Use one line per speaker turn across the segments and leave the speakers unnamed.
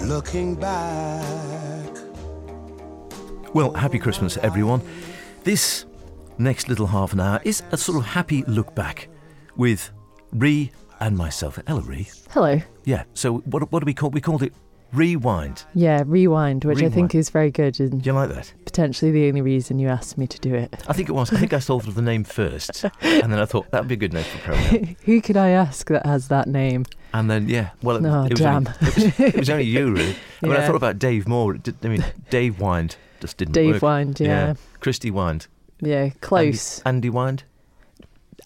looking back.
Well, happy Christmas, everyone. This next little half an hour is a sort of happy look back with Ree and myself. Hello, Ree.
Hello.
Yeah, so what, what do we call We called it Rewind.
Yeah, rewind, which I
Rewind.
think is very good and
Do you like that?
potentially the only reason you asked me to do it.
I think it was. I think I stole the name first, and then I thought that would be a good name for the program.
Who could I ask that has that name?
And then yeah, well, it,
Oh,
it was
damn.
Only, it, was, it was only you, really. I mean, I
Yeah.
thought about Dave Moore. It did, I mean, Dave Wind just didn't
Dave
work.
Wind, yeah.
Christy Wind,
yeah. close.
Andy, Andy Wind.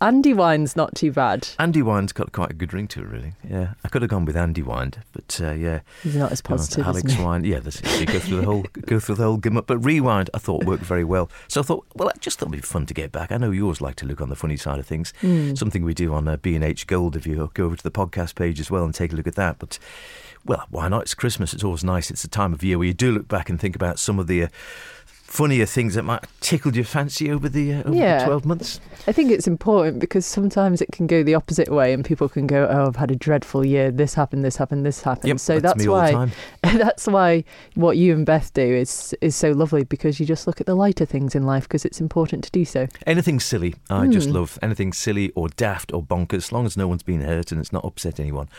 Andy Wine's not too bad.
Andy Wind's got quite a good ring to it, really. Yeah, I could have gone with Andy Wind, but uh, yeah,
He's not as
Go on to
positive as
Alex
me.
Wine. Yeah, this is, you go through the whole go through the whole gimmick. But rewind, I thought worked very well. So I thought, well, I just thought it'd be fun to get back. I know you always like to look on the funny side of things.
Hmm. Mm.
Something we do on uh, B and H Gold. If you go over to the podcast page as well and take a look at that, but. Well, why not? It's Christmas. It's always nice. It's the time of year where you do look back and think about some of the uh, funnier things that might have tickled your fancy over the uh, over the
Yeah.
twelve months.
I think it's important because sometimes it can go the opposite way and people can go, "Oh, I've had a dreadful year. This happened. This happened. This happened."
Yep,
so
that's
that's,
me all the
why
time.
that's why what you and Beth do is is so lovely because you just look at the lighter things in life because it's important to do so.
Anything silly, I just
Hmm.
love. Anything silly or daft or bonkers, as long as no one's been hurt and it's not upset anyone,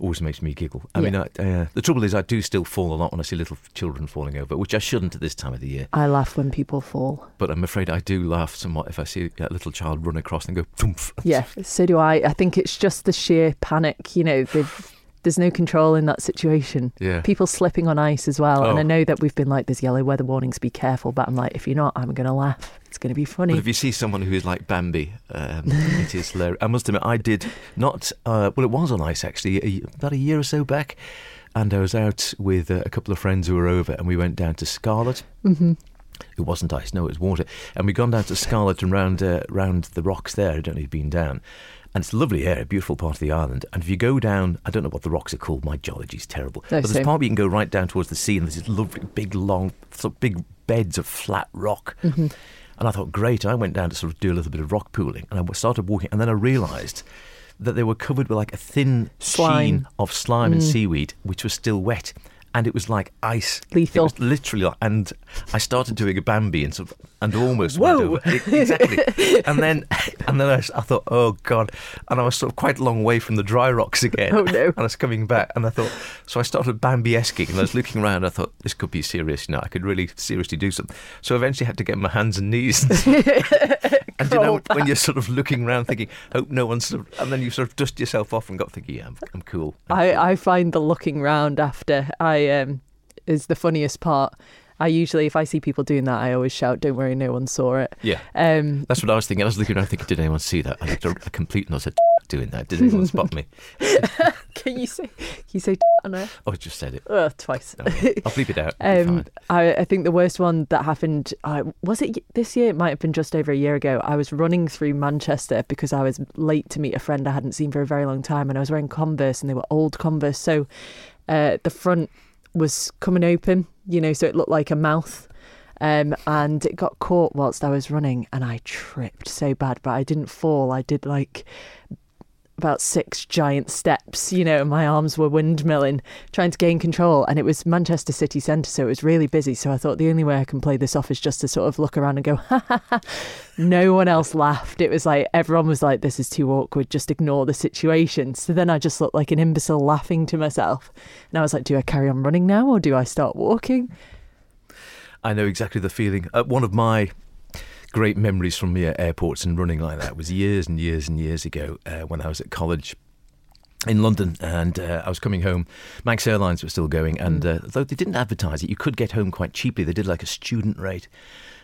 always makes me giggle. I mean,
Yeah.
I, uh, the trouble is, I do still fall a lot when I see little children falling over, which I shouldn't at this time of the year.
I laugh when people fall.
But I'm afraid I do laugh somewhat if I see a little child run across and go, Thumph.
Yeah, so do I. I think it's just the sheer panic. You know, they've- there's no control in that situation.
Yeah.
People slipping on ice as well.
Oh.
And I know that we've been like, there's yellow weather warnings, be careful. But I'm like, if you're not, I'm going to laugh. It's going to be
But
funny.
if you see someone who is like Bambi, um, it is hilarious. I must admit, I did not. Uh, well, it was on ice actually a, about a year or so back, and I was out with uh, a couple of friends who were over, and we went down to Scarlet.
Mm-hmm.
It wasn't ice, no, it was water. And we'd gone down to Scarlet and round uh, round the rocks there. I don't know if you've been down. And it's a lovely area, beautiful part of the island. And if you go down, I don't know what the rocks are called. My geology's terrible.
No,
but there's
same.
part where you can go right down towards the sea, and there's this lovely big long, sort of big beds of flat rock.
Mm-hmm.
And I thought, great. I went down to sort of do a little bit of rock pooling, and I started walking, and then I realised that they were covered with like a thin sheen
Slime.
of slime
Mm.
and seaweed, which was still wet. And it was like ice.
Lethal.
It was literally, like- and I started doing a Bambi and sort of, and almost went
Whoa.
over. It- exactly. and then, and then I, s- I thought, oh god, and I was sort of quite a long way from the dry rocks again.
Oh, no.
And I was coming back, and I thought, so I started Bambi-esking, and I was looking around. I thought this could be serious. You know, I could really seriously do something. So I eventually had to get on my hands and knees. and you know, when you're sort of looking around, thinking, hope no one's, sort of, and then you sort of dust yourself off and got thinking, yeah, I'm, I'm cool.
I, I find the looking round after I um, is the funniest part. I usually, if I see people doing that, I always shout, don't worry, no one saw it.
Yeah.
Um,
That's what I was thinking. I was looking around thinking, did anyone see that? I looked a a complete nut at doing that. Did anyone spot me?
can you say, can you say on it?
Oh, I just said it.
Uh, twice.
No, yeah. I'll bleep it out. It'll be
Um,
fine.
I, I think the worst one that happened uh, was it y- this year. It might have been just over a year ago. I was running through Manchester because I was late to meet a friend I hadn't seen for a very long time, and I was wearing Converse, and they were old Converse. So uh, the front was coming open, you know, so it looked like a mouth. Um, and it got caught whilst I was running, and I tripped so bad, but I didn't fall. I did like about six giant steps, you know, and my arms were windmilling, trying to gain control. And it was Manchester City Centre, so it was really busy. So I thought the only way I can play this off is just to sort of look around and go, ha ha ha. No one else laughed. It was like everyone was like, this is too awkward, just ignore the situation. So then I just looked like an imbecile laughing to myself. And I was like, do I carry on running now or do I start walking?
I know exactly the feeling. Uh, one of my great memories from yeah, airports and running like that was years and years and years ago uh, when I was at college in London and uh, I was coming home. Manx Airlines were still going, and uh, though they didn't advertise it, you could get home quite cheaply. They did like a student rate.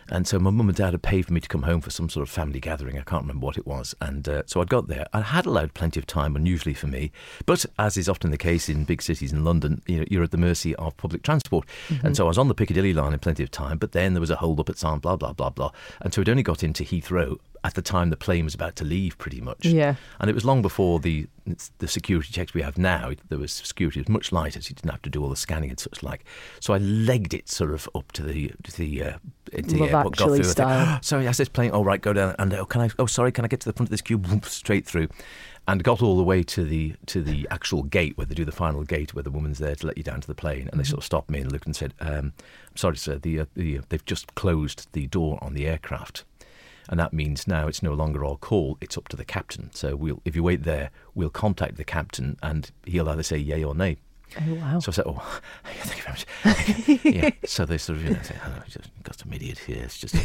And so my mum and dad had paid for me to come home for some sort of family gathering. I can't remember what it was. And uh, so I got there. I had allowed plenty of time, unusually for me. But as is often the case in big cities in London, you know, you're at the mercy of public transport. And so I was on the Piccadilly line in plenty of time. But then there was a hold up at Sam, blah, blah, blah, blah. And so I'd only got into Heathrow at the time the plane was about to leave, pretty much.
Yeah.
And it was long before the the security checks we have now. There was security was much lighter, so you didn't have to do all the scanning and such like. So I legged it sort of up to the to the uh, into
Love
the airport, got through.
Actually
I think,
style.
sorry, as it's playing, oh right, go down. And oh, can I? Oh, sorry, can I get to the front of this cube? Whoop, straight through, and got all the way to the to the actual gate where they do the final gate, where the woman's there to let you down to the plane. And they sort of stopped me and looked and said, um, "I'm sorry, sir, the, uh, the uh, they've just closed the door on the aircraft." And that means now it's no longer our call; it's up to the captain. So we'll, if you wait there, we'll contact the captain, and he'll either say yay or nay.
Oh wow.
So I said, "Oh, thank you very much." yeah. So they sort of, you know, say, "Oh, we just got an idiot here. It's just."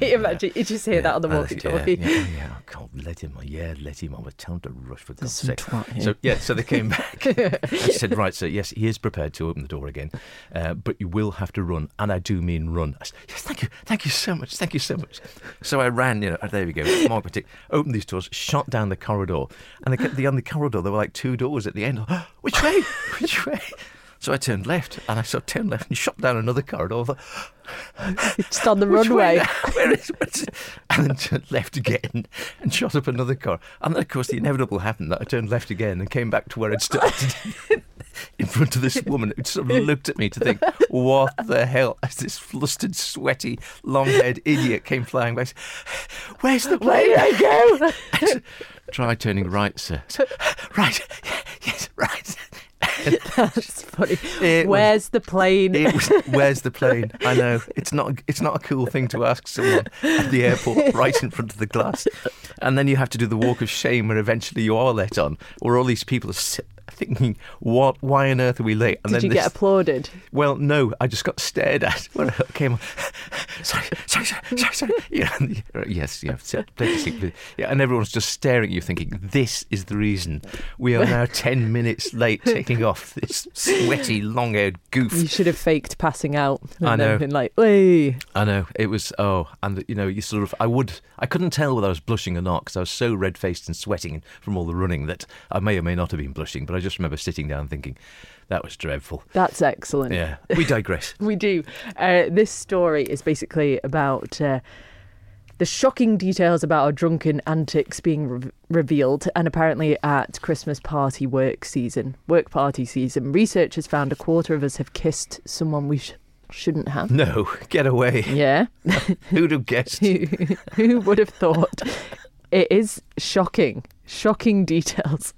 Imagine you just hear that on the
Yeah,
walkie-talkie.
Yeah, yeah, yeah. Oh, God, let him. on. Yeah, let him. on. We're telling him to rush for God's
some
sake.
twat here.
So yeah, so they came back. I said, right, so yes, he is prepared to open the door again, uh, but you will have to run, and I do mean run. I said, yes, thank you, thank you so much, thank you so much. So I ran. You know, oh, there we go. Mark Patik opened these doors, shot down the corridor, and they kept the on the corridor. There were like two doors at the end. Oh, Which way? Which way? So I turned left, and I sort of turned left and shot down another corridor. I thought,
Just on the
which way
runway.
now? Where is it? And then turned left again and shot up another car. And then, of course, the inevitable happened that I turned left again and came back to where I'd started in front of this woman who sort of looked at me to think, what the hell? As this flustered, sweaty, long haired idiot came flying back, where's the plane?
Where did I go?
I said, Try turning right, sir. I said, Right, yes, right.
That's funny.
It was-
Where's the plane?
It was, where's the plane? I know it's not it's not a cool thing to ask someone at the airport right in front of the glass, and then you have to do the walk of shame where eventually you are let on, where all these people are si- thinking, what? Why on earth are we late? And
Did you
this,
get applauded?
well, no, I just got stared at when I came on. sorry, sorry, sorry, sorry, sorry. Yeah, and the- uh, yes, yeah, so- take a seat, please. yeah, and everyone's just staring at you, thinking this is the reason we are now ten minutes late taking off. This sweaty, long-haired goof.
You should have faked passing out and
I
then
know.
been like, "Hey,
I know it was. Oh, and you know, you sort of. I would. I couldn't tell whether I was blushing or not because I was so red faced and sweating from all the running that I may or may not have been blushing. But I just remember sitting down thinking, that was dreadful.
that's excellent."
Yeah, we digress.
We do. Uh, this story is basically about uh, the shocking details about our drunken antics being re- revealed. And apparently, at Christmas party work season, work party season, researchers found a quarter of us have kissed someone we sh- shouldn't have.
no, get away.
Yeah.
Who'd have guessed?
who, who would have thought? It is shocking, shocking details.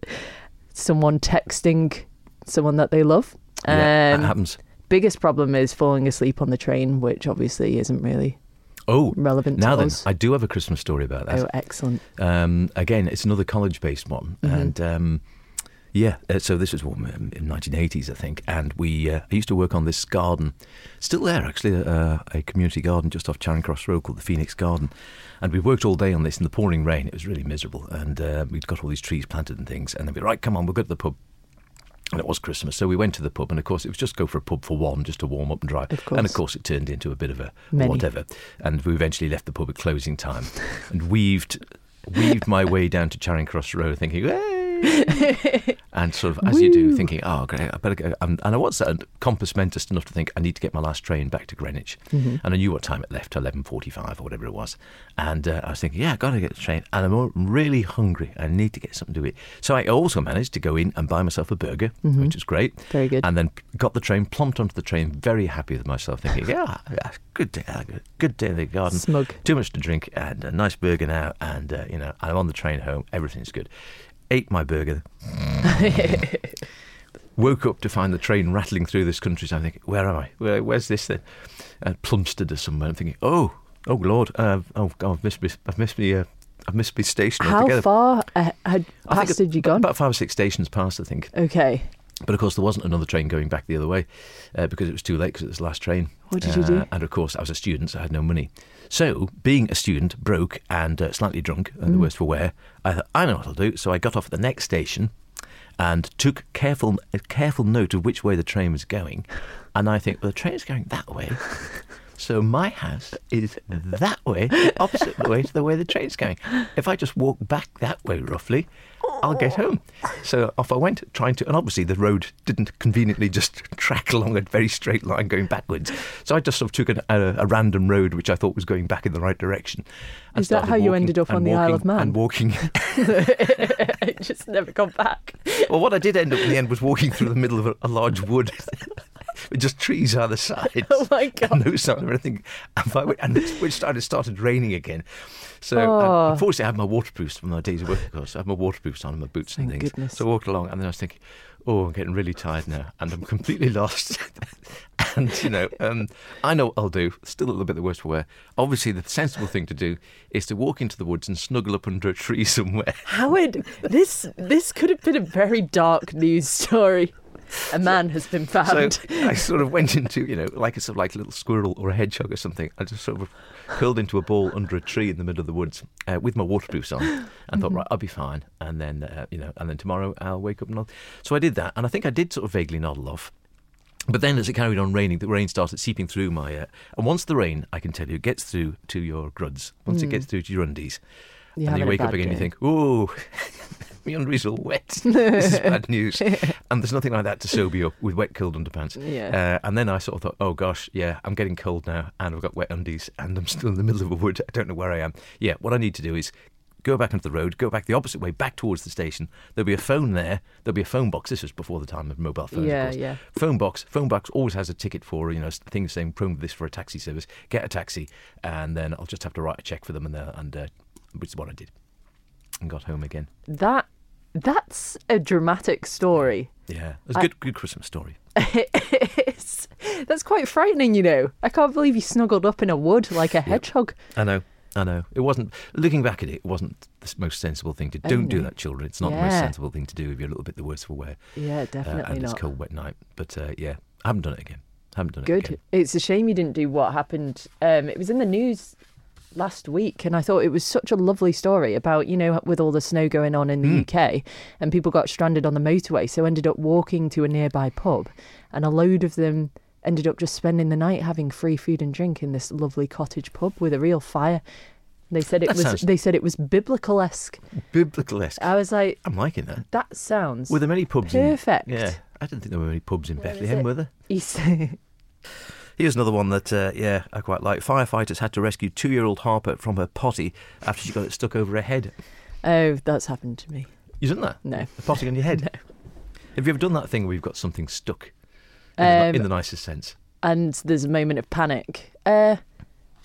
Someone texting someone that they love.
yeah,
Um,
that happens.
biggest problem is falling asleep on the train, which obviously isn't really
Oh,
relevant
now
to
then,
us.
I do have a Christmas story about that.
Oh, excellent.
Um, again, it's another college-based one,
Mm-hmm.
and um, yeah, uh, so this was one um, in 1980s, I think. And we, uh, I used to work on this garden, still there actually, uh, a community garden just off Charing Cross Road called the Phoenix Garden, and we worked all day on this in the pouring rain. It was really miserable, and uh, we'd got all these trees planted and things, and then we right, come on, we'll go to the pub. And it was Christmas, so we went to the pub, and of course it was just go for a pub for one, just to warm up and dry.
Of
And
course.
of course it turned into a bit of a
Many.
whatever, and we eventually left the pub at closing time, and weaved weaved my way down to Charing Cross Road, thinking, "Hey!" and sort of as you do, thinking, "Oh, great, I better go." And, and I was a compass mentist enough to think I need to get my last train back to Greenwich,
Mm-hmm.
and I knew what time it left, eleven forty-five or whatever it was. And uh, I was thinking, "Yeah, I got to get the train," and I'm all- really hungry. I need to get something to eat. So I also managed to go in and buy myself a burger, which is great.
Very good.
And then got the train, plumped onto the train, very happy with myself, thinking, "Yeah, yeah, good day, uh, good day in the garden."
Smug.
too much to drink and a nice burger now and uh, you know i'm on the train home everything's good ate my burger woke up to find the train rattling through this countryside. I'm thinking, where am I? Where, where's this then? And plumstered to somewhere. I'm thinking, oh, oh Lord, uh, oh, God, I've missed, me, I've missed me, uh, I've missed me station
How
altogether.
far uh, had
I think
past did you gone?
About five or six stations past, I think.
okay.
But of course, there wasn't another train going back the other way uh, because it was too late because it was the last train. Uh,
What did you do?
And of course, I was a student, so I had no money. So, being a student, broke and uh, slightly drunk, and
Mm.
the worst for wear, I thought, I know what I'll do. So, I got off at the next station and took careful, a careful note of which way the train was going. And I think, well, the train's going that way. So my house is that way, the opposite the way to the way the train's going. If I just walk back that way roughly, I'll get home. So off I went, trying to, and obviously the road didn't conveniently just track along a very straight line going backwards. So I just sort of took an, a, a random road which I thought was going back in the right direction. and
Is that
started
how you
walking
ended up
and
on the Isle of
walking
Man?
And walking.
It just never got back.
well, what I did end up in the end was walking through the middle of a, a large wood. with just trees either side.
Oh my God.
And no sign of anything. And, by, which- and it which started started raining again. So I,
Oh.
unfortunately, I had my waterproofs from my days of work. Of course, I had my waterproofs on and my boots and
Thank
things.
goodness.
So I walked along, and then I was thinking, oh, I'm getting really tired now, and I'm completely lost. and you know, um, I know what I'll do. Still a little bit the worst for wear. Obviously, the sensible thing to do is to walk into the woods and snuggle up under a tree somewhere.
Howard, this this could have been a very dark news story. A man has been
So
found.
I sort of went into, you know, like a sort of like a little squirrel or a hedgehog or something. I just sort of curled into a ball under a tree in the middle of the woods uh, with my waterproofs on, and
Mm-hmm.
thought, right, I'll be fine. And then, uh, you know, and then tomorrow I'll wake up and I'll. So I did that, and I think I did sort of vaguely nod off. But then, as it carried on raining, the rain started seeping through my. Uh, and once the rain, I can tell you, gets through to your gruds. Once it gets through to your undies,
Mm. You
and
having
you
a
wake up
bad
again, you
day.
think, "Oh, my undies all wet. this is bad news." And there's nothing like that to sober you up with wet, cold underpants.
Yeah.
Uh, and then I sort of thought, "Oh gosh, yeah, I'm getting cold now, and I've got wet undies, and I'm still in the middle of a wood. I don't know where I am. Yeah, what I need to do is." Go back onto the road, go back the opposite way, back towards the station. There'll be a phone there. There'll be a phone box. This was before the time of mobile phones. of
Yeah,
course.
yeah.
Phone box. Phone box always has a ticket for you know s- things saying prone this for a taxi service. Get a taxi, and then I'll just have to write a check for them, and uh, and uh, which is what I did, and got home again.
That that's a dramatic story.
Yeah, it was a good good Christmas story.
It is. That's quite frightening, you know. I can't believe you snuggled up in a wood like a hedgehog.
I know. I know. It wasn't, looking back at it, it wasn't the s- most sensible thing to Don't do
no.
that, children. It's not the most
Yeah.
sensible thing to do if you're a little bit the worse for wear.
Yeah,
Uh,
definitely
and it's
not.
cold, wet night. But uh, yeah, I haven't done it again. haven't done it
Good.
again.
It's a shame you didn't do what happened. Um, it was in the news last week, and I thought it was such a lovely story about, you know, with all the snow going on in the
Hmm.
UK, and people got stranded on the motorway, so ended up walking to a nearby pub, and a load of them ended up just spending the night having free food and drink in this lovely cottage pub with a real fire. They said it
That
was.
sounds-
They said it was biblical esque.
Biblical esque.
I was like,
I'm liking that.
that sounds.
Were there many pubs?
Uh, Perfect.
In, yeah, I didn't think there were many pubs in Bethlehem,
it?
were there?
You say-
Here's another one that, uh, yeah, I quite like. Firefighters had to rescue two-year-old Harper from her potty after she got it stuck over her head.
oh, that's happened to me.
You done that?
No.
A potty on your head? Have you ever done that thing where you've got something stuck? In, the, ni-
Um,
in the nicest sense.
and there's a moment of panic. Uh,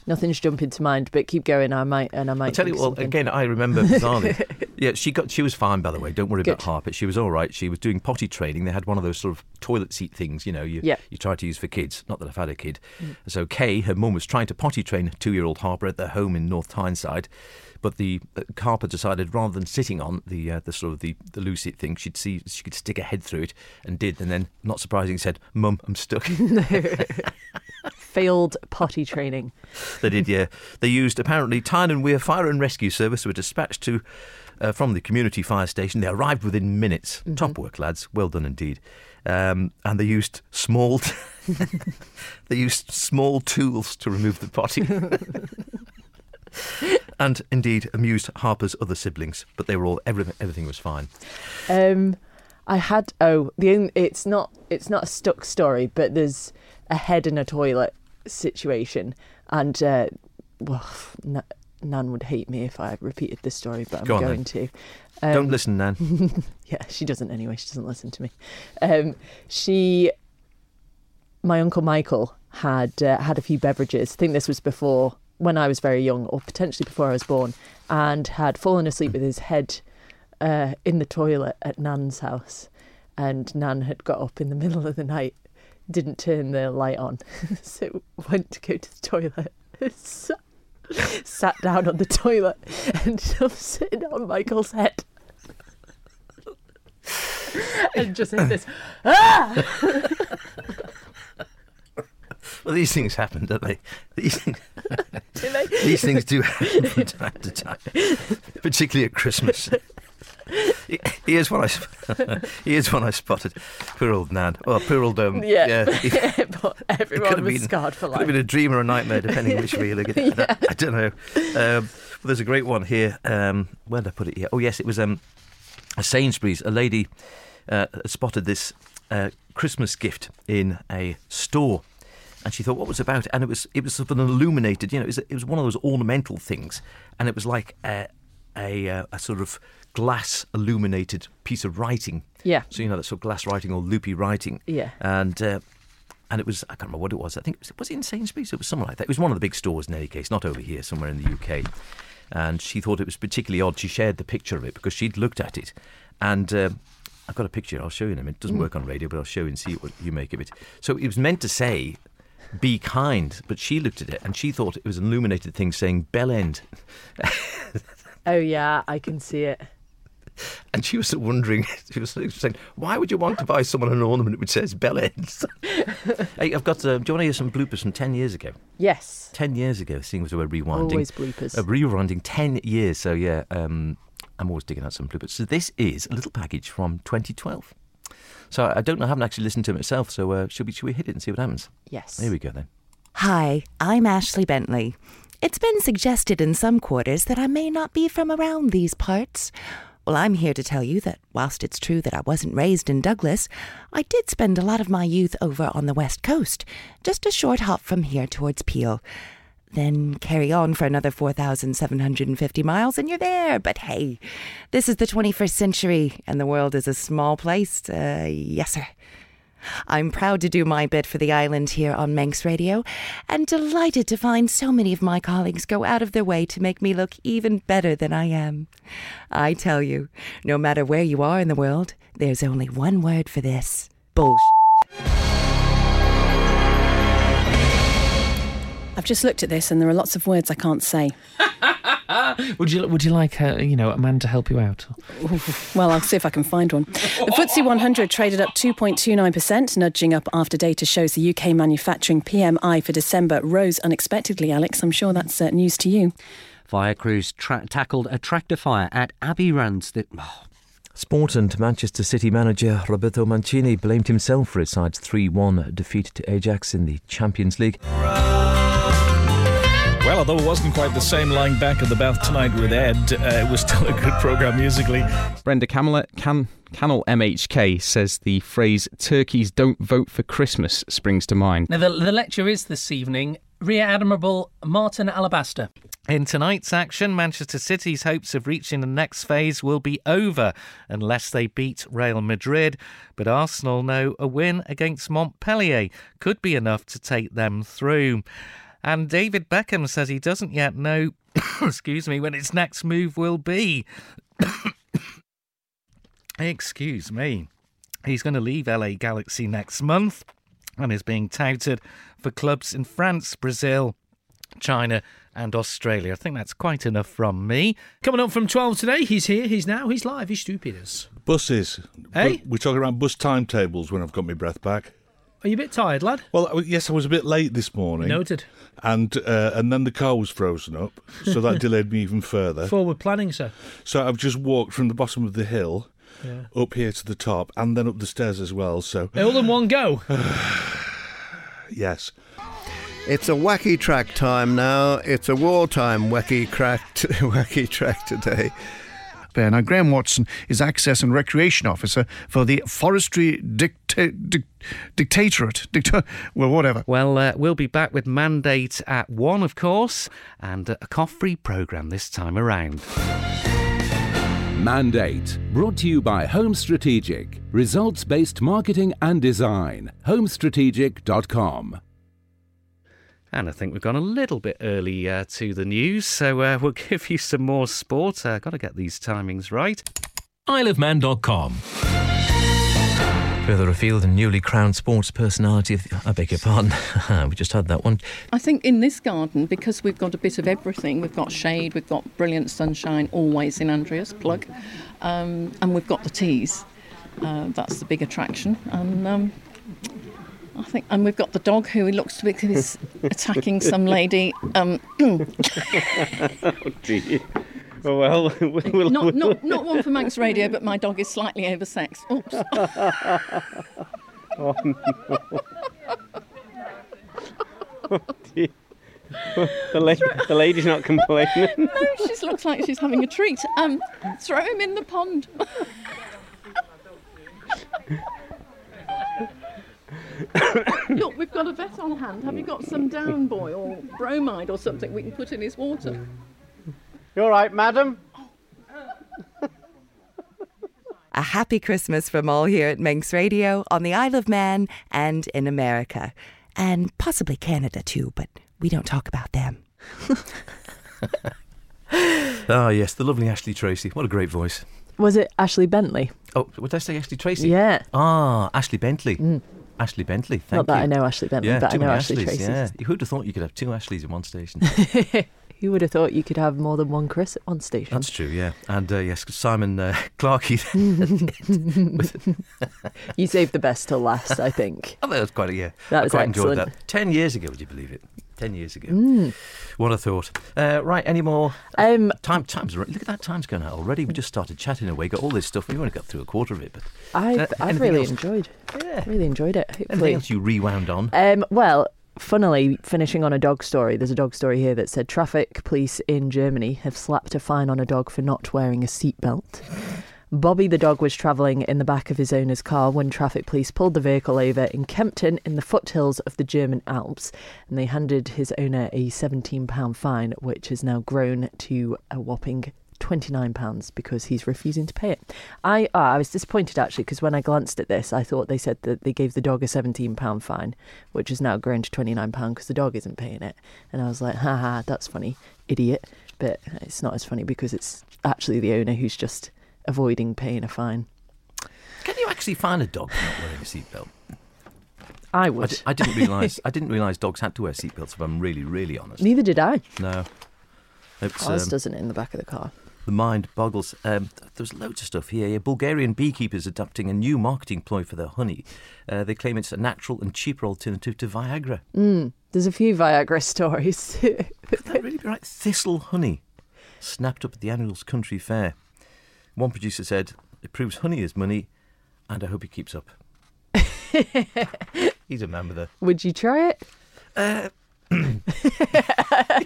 nothing's jumping to mind, but keep going. I might and I might.
I tell you
think
well
something.
again. I remember bizarrely. yeah, she got. She was fine, by the way. Don't worry about
Good.
Harper. She was all right. She was doing potty training. They had one of those sort of toilet seat things, you know, you
Yeah. Mm.
you try to use for kids. Not that I've had a kid. So Kay, her mum, was trying to potty train two-year-old Harper at their home in North Tyneside, but the uh, Harper decided rather than sitting on the uh, the sort of the, the loose seat thing, she'd see she could stick her head through it and did, and then not surprisingly said, "Mum, I'm stuck."
failed potty training.
They did, yeah. They used apparently Tyne and Weir Fire and Rescue Service were dispatched to uh, from the community fire station. They arrived within minutes. Top work, lads. Well done indeed. Um, and they used small they used small tools to remove the potty. and indeed amused Harper's other siblings, but they were all everything, everything was fine.
Um, I had oh the only, it's not it's not a stuck story, but there's a head in a toilet situation, and uh, well, n- Nan would hate me if I repeated this story, but I'm
Go on then.
going to. Um,
Don't listen, Nan.
yeah, she doesn't anyway. She doesn't listen to me. Um, she, my uncle Michael had uh, had a few beverages. I think this was before when I was very young, or potentially before I was born, and had fallen asleep with his head uh, in the toilet at Nan's house, and Nan had got up in the middle of the night, didn't turn the light on, so went to go to the toilet. sat- Sat down on the toilet and dumps it on Michael's head and just hit this. "Ah!"
Well, these things happen, don't they? These things,
Do they?
These things do happen from time to time, particularly at Christmas. Here's one I sp- here's one I spotted. Poor old Nan. Oh, poor old um.
Yeah.
he- could
but
have
everyone was
been-
scarred for
could have
life.
been a dream or a nightmare, depending which way you look at it. I, don't, I don't know. Um, well, there's a great one here. Um, where did I put it here? Oh, yes, it was um, a Sainsbury's. A lady uh, spotted this uh, Christmas gift in a store. And she thought, what was it about? And it was it was sort of an illuminated, you know, it was, it was one of those ornamental things, and it was like a a, uh, a sort of glass illuminated piece of writing.
Yeah.
So you know that sort of glass writing or loopy writing.
Yeah.
And uh, and it was I can't remember what it was. I think it was, was it in Sainsbury's? It was somewhere like that. It was one of the big stores in any case, not over here, somewhere in the UK. And she thought it was particularly odd. She shared the picture of it because she'd looked at it, and. Um, I've got a picture. I'll show you in a minute. It doesn't work on radio, but I'll show you and see what you make of it. So it was meant to say, "Be kind," but she looked at it and she thought it was an illuminated thing saying "Bell End,"
Oh yeah, I can see it.
and she was wondering. She was saying, "Why would you want to buy someone an ornament which says Bell End?" hey, I've got. Uh, do you want to hear some bloopers from ten years ago?
Yes.
10 years ago, seeing as we're rewinding.
Always bloopers.
Uh, rewinding 10 years, so yeah, um, I'm always digging out some bloopers. So this is a little package from 2012. So I don't know, I haven't actually listened to it myself, so uh, should, we, should we hit it and see what happens?
Yes.
Here we go then.
Hi, I'm Ashley Bentley. It's been suggested in some quarters that I may not be from around these parts. Well, I'm here to tell you that whilst it's true that I wasn't raised in Douglas, I did spend a lot of my youth over on the West Coast, just a short hop from here towards Peel. Then carry on for another 4,750 miles and you're there. But hey, this is the 21st century and the world is a small place. Uh, yes, sir. I'm proud to do my bit for the island here on Manx Radio and delighted to find so many of my colleagues go out of their way to make me look even better than I am. I tell you, no matter where you are in the world, there's only one word for this bullshit.
I've just looked at this and there are lots of words I can't say.
Would you would you like uh, you know a man to help you out?
Well, I'll see if I can find one. The FTSE 100 traded up 2.29%, nudging up after data shows the UK manufacturing PMI for December rose unexpectedly, Alex. I'm sure that's uh, news to you.
Fire crews tra- tackled a tractor fire at Abbey Rands. Th- oh,
Sport and Manchester City manager Roberto Mancini blamed himself for his side's 3 1 defeat to Ajax in the Champions League.
Well, although it wasn't quite the same lying back at the bath tonight with Ed, uh, it was still a good programme musically.
Brenda Camela, Can, Cannell MHK says the phrase "turkeys don't vote for Christmas" springs to mind.
Now, the, the lecture is this evening. Rear Admiral Martin Alabaster.
In tonight's action, Manchester City's hopes of reaching the next phase will be over unless they beat Real Madrid. But Arsenal know a win against Montpellier could be enough to take them through. And David Beckham says he doesn't yet know, excuse me, when his next move will be. excuse me. He's going to leave LA Galaxy next month and is being touted for clubs in France, Brazil, China, and Australia. I think that's quite enough from me.
Coming up from 12 today, he's here, he's now, he's live, he's stupidus.
Buses.
Eh?
Bu- We're talking about bus timetables when I've got my breath back.
Are you a bit tired, lad?
Well, I- yes, I was a bit late this morning.
Noted.
And uh, and then the car was frozen up, so that delayed me even further.
Forward planning, sir.
So I've just walked from the bottom of the hill up here to the top, and then up the stairs as well. So
All in one go.
yes,
It's a wacky track time now. It's a wartime wacky crack, t- wacky track today.
there. Now, Graham Watson is Access and Recreation Officer for the Forestry dicta- dic- Dictatorate. Dicta- well, whatever.
Well, uh, we'll be back with Mandate at 1, of course, and a cough free programme this time around.
Mandate. Brought to you by Home Strategic. Results based marketing and design. Homestrategic.com.
And I think we've gone a little bit early uh, to the news, so uh, we'll give you some more sport. uh, got to get these timings right.
IsleofMan.com. Further afield, a newly crowned sports personality. Of the, I beg your pardon. we just had that one.
I think in this garden, because we've got a bit of everything, we've got shade, we've got brilliant sunshine always in Andreas plug, um, and we've got the teas. Uh, that's the big attraction, and um, I think, and we've got the dog who looks to be he's attacking some lady. Um,
Oh, Well, we'll,
not, not, not one for Manx Radio, but my dog is slightly oversexed. Oops.
Oh, no. Oh, dear. the, la- the lady's not complaining.
no, she looks like she's having a treat. Um, throw him in the pond. Look, we've got a vet on hand. Have you got some down boy or bromide or something we can put in his water?
You all right, madam?
A happy Christmas from all here at Manx Radio, on the Isle of Man, and in America. And possibly Canada too, but we don't talk about them.
Ah, yes, the lovely Ashley Tracy. What a great voice.
Was it Ashley Bentley?
Oh, what did I say? Ashley Tracy?
Yeah. Mm.
Ah, Ashley Bentley. Ashley Bentley. Thank
Not that
you.
I know Ashley Bentley,
yeah,
but I
too
know
many
Ashley
Ashleys,
Tracy.
Yeah. Who'd have thought you could have two Ashleys in one station?
Who would have thought you could have more than one Chris at one station?
That's true, yeah. And uh, yes, Simon uh, Clarkey.
you saved the best till last, I think.
oh, that was quite a year.
That
I
was
quite enjoyed
excellent.
that. Ten years ago, would you believe it? Ten years ago.
Mm.
What a thought. Uh, right, any more?
Um,
Time, time's already- Look at that, time's gone out already. We just started chatting away, got all this stuff. We only got through a quarter of it, but
I've,
Uh,
I've
anything
really
else?
enjoyed. Really enjoyed it.
anything
Hopefully.
else you rewound on?
Um, well, funnily, finishing on a dog story, there's a dog story here that said traffic police in Germany have slapped a fine on a dog for not wearing a seatbelt. Bobby the dog was travelling in the back of his owner's car when traffic police pulled the vehicle over in Kempton in the foothills of the German Alps and they handed his owner a £17 fine, which has now grown to a whopping £29 because he's refusing to pay it. I uh, I was disappointed actually because when I glanced at this, I thought they said that they gave the dog a £17 fine, which has now grown to £29 because the dog isn't paying it. And I was like, haha, that's funny, idiot. But it's not as funny because it's actually the owner who's just avoiding paying a fine.
Can you actually find a dog for not wearing a seatbelt?
I
I,
would.
di- I didn't realise. I didn't realise dogs had to wear seatbelts. If I'm really, really honest.
Neither did I.
No. It's,
Ours
um,
doesn't in the back of the car.
The mind boggles. Um, th- there's loads of stuff here. Yeah, Bulgarian beekeepers adopting a new marketing ploy for their honey. Uh, they claim it's a natural and cheaper alternative to Viagra.
Mm, there's a few Viagra stories.
Could that really be right? Thistle honey snapped up at the annual country fair. One producer said, "It proves honey is money, and I hope he keeps up." He's a man with a
would you try it?
Uh, I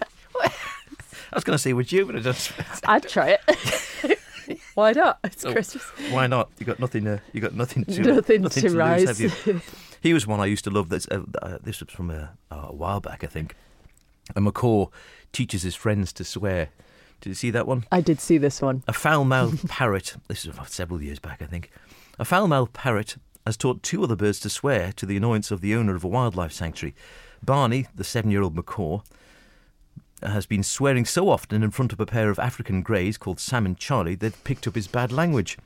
was going to say, would you? But I just
I'd try it. Why not? It's
Oh,
Christmas.
Why not? You got nothing. Uh, you got nothing to.
Nothing to
lose,
rise.
have you? He was one I used to love. That's uh, uh, this was from a, a while back, I think. A macaw teaches his friends to swear. Did you see that one?
I did see this one.
A foul-mouthed parrot. This is about several years back, I think. A foul-mouthed parrot has taught two other birds to swear to the annoyance of the owner of a wildlife sanctuary. Barney, the seven-year-old macaw, has been swearing so often in front of a pair of African greys called Sam and Charlie they'd picked up his bad language.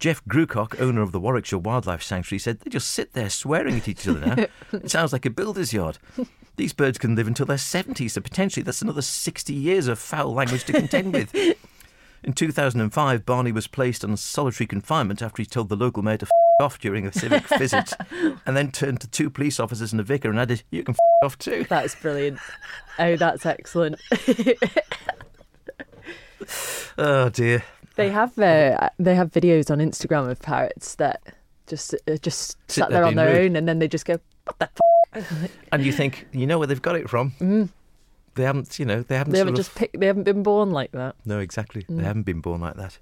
Jeff Grucock, owner of the Warwickshire Wildlife Sanctuary, said they just sit there swearing at each other now. it sounds like a builder's yard. These birds can live until they're 70, so potentially that's another 60 years of foul language to contend with. In 2005, Barney was placed on solitary confinement after he told the local mayor to f- off during a civic visit and then turned to two police officers and a vicar and added, You can f- off too.
That's brilliant. Oh, that's excellent.
Oh dear.
They have uh, they have videos on Instagram of parrots that just uh, just
Sit
sat
there
there on
being
their
rude.
own, and then they just go, "What the?" F-?
And you think, you know where they've got it from?
Mm.
They haven't, you know, they haven't,
They haven't
sort
just
of-
picked. They haven't been born like that.
No, exactly. They
Mm.
haven't been born like that.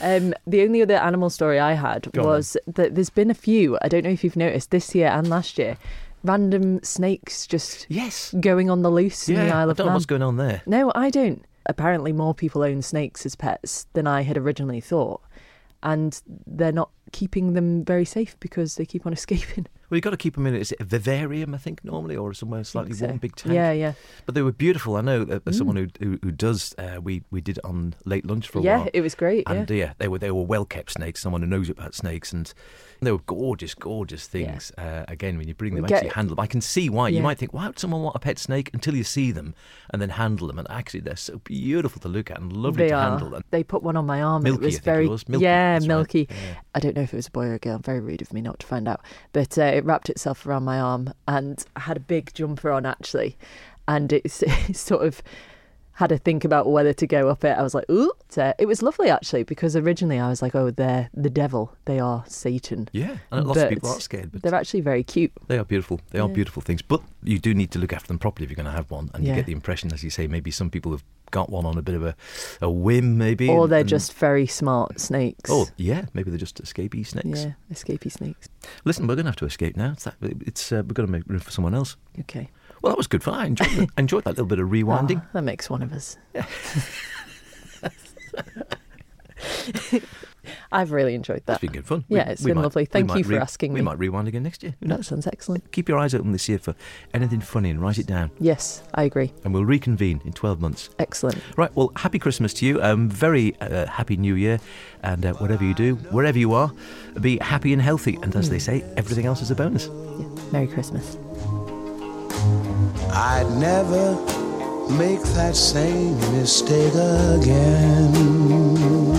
Um, the only other animal story I had
Go on
was that there's been a few. I don't know if you've noticed this year and last year, random snakes just
yes
going on the loose in the
I
Isle
don't
of
know
Man.
what's going on there.
No, I don't. Apparently, more people own snakes as pets than I had originally thought, and they're not keeping them very safe because they keep on escaping.
Well, you've got to keep them in. Is it a vivarium, I think, normally, or somewhere slightly
so.
warm, big tank?
Yeah, yeah. Mm.
But they were beautiful. I know that there's someone who, who who does. Uh, we we did it on late lunch for a
yeah,
while.
it was great.
And
yeah.
yeah. they were they were well kept snakes. Someone who knows about snakes, and they were gorgeous, gorgeous things. Uh, again, when you bring them,
Get-
actually handle them. I can see why you
Yeah.
might think, why would someone want a pet snake until you see them and then handle them? And actually, they're so beautiful to look at and lovely
they
to
are.
handle. And
They put one on my arm.
Milky,
it was
I think it
very
was. Milky,
yeah,
that's right.
milky.
Yeah.
I don't know if it was a boy or a girl. Very rude of me not to find out. But uh, it wrapped itself around my arm, and I had a big jumper on actually, and it's it sort of had to think about whether to go up it. I was like, ooh, It's, uh, it was lovely actually because originally I was like, oh, they're the devil. They are Satan.
Yeah, and lots of people are scared, but-
they're actually very cute.
They are beautiful. They are
Yeah.
beautiful things, but you do need to look after them properly if you're going to have one. And you
Yeah.
get the impression, as you say, maybe some people have got one on a bit of a, a whim, maybe.
Or
and-
they're
and-
just very smart snakes.
Oh yeah, maybe they're just escapee snakes.
yeah, escapey snakes.
Listen, we're going to have to escape now. It's that, it's uh, we're going to make room for someone else.
Okay.
Well, that was good fun. I enjoyed, it. I enjoyed that little bit of rewinding.
Ah, that makes one of us. I've really enjoyed that.
It's been good fun.
Ah, Yeah, it's been lovely. Thank you for asking
we
me.
might rewind again next year. Who
That
knows?
sounds excellent.
Keep your eyes open this year for anything funny and write it down.
Yes, I agree.
And we'll reconvene in 12 months.
Excellent.
Right, well, happy Christmas to you. Um, very uh, happy New Year. And uh, whatever you do, wherever you are, be happy and healthy. And as they
Hmm.
say, everything else is a bonus.
Merry Christmas.
I'd never make that same mistake again.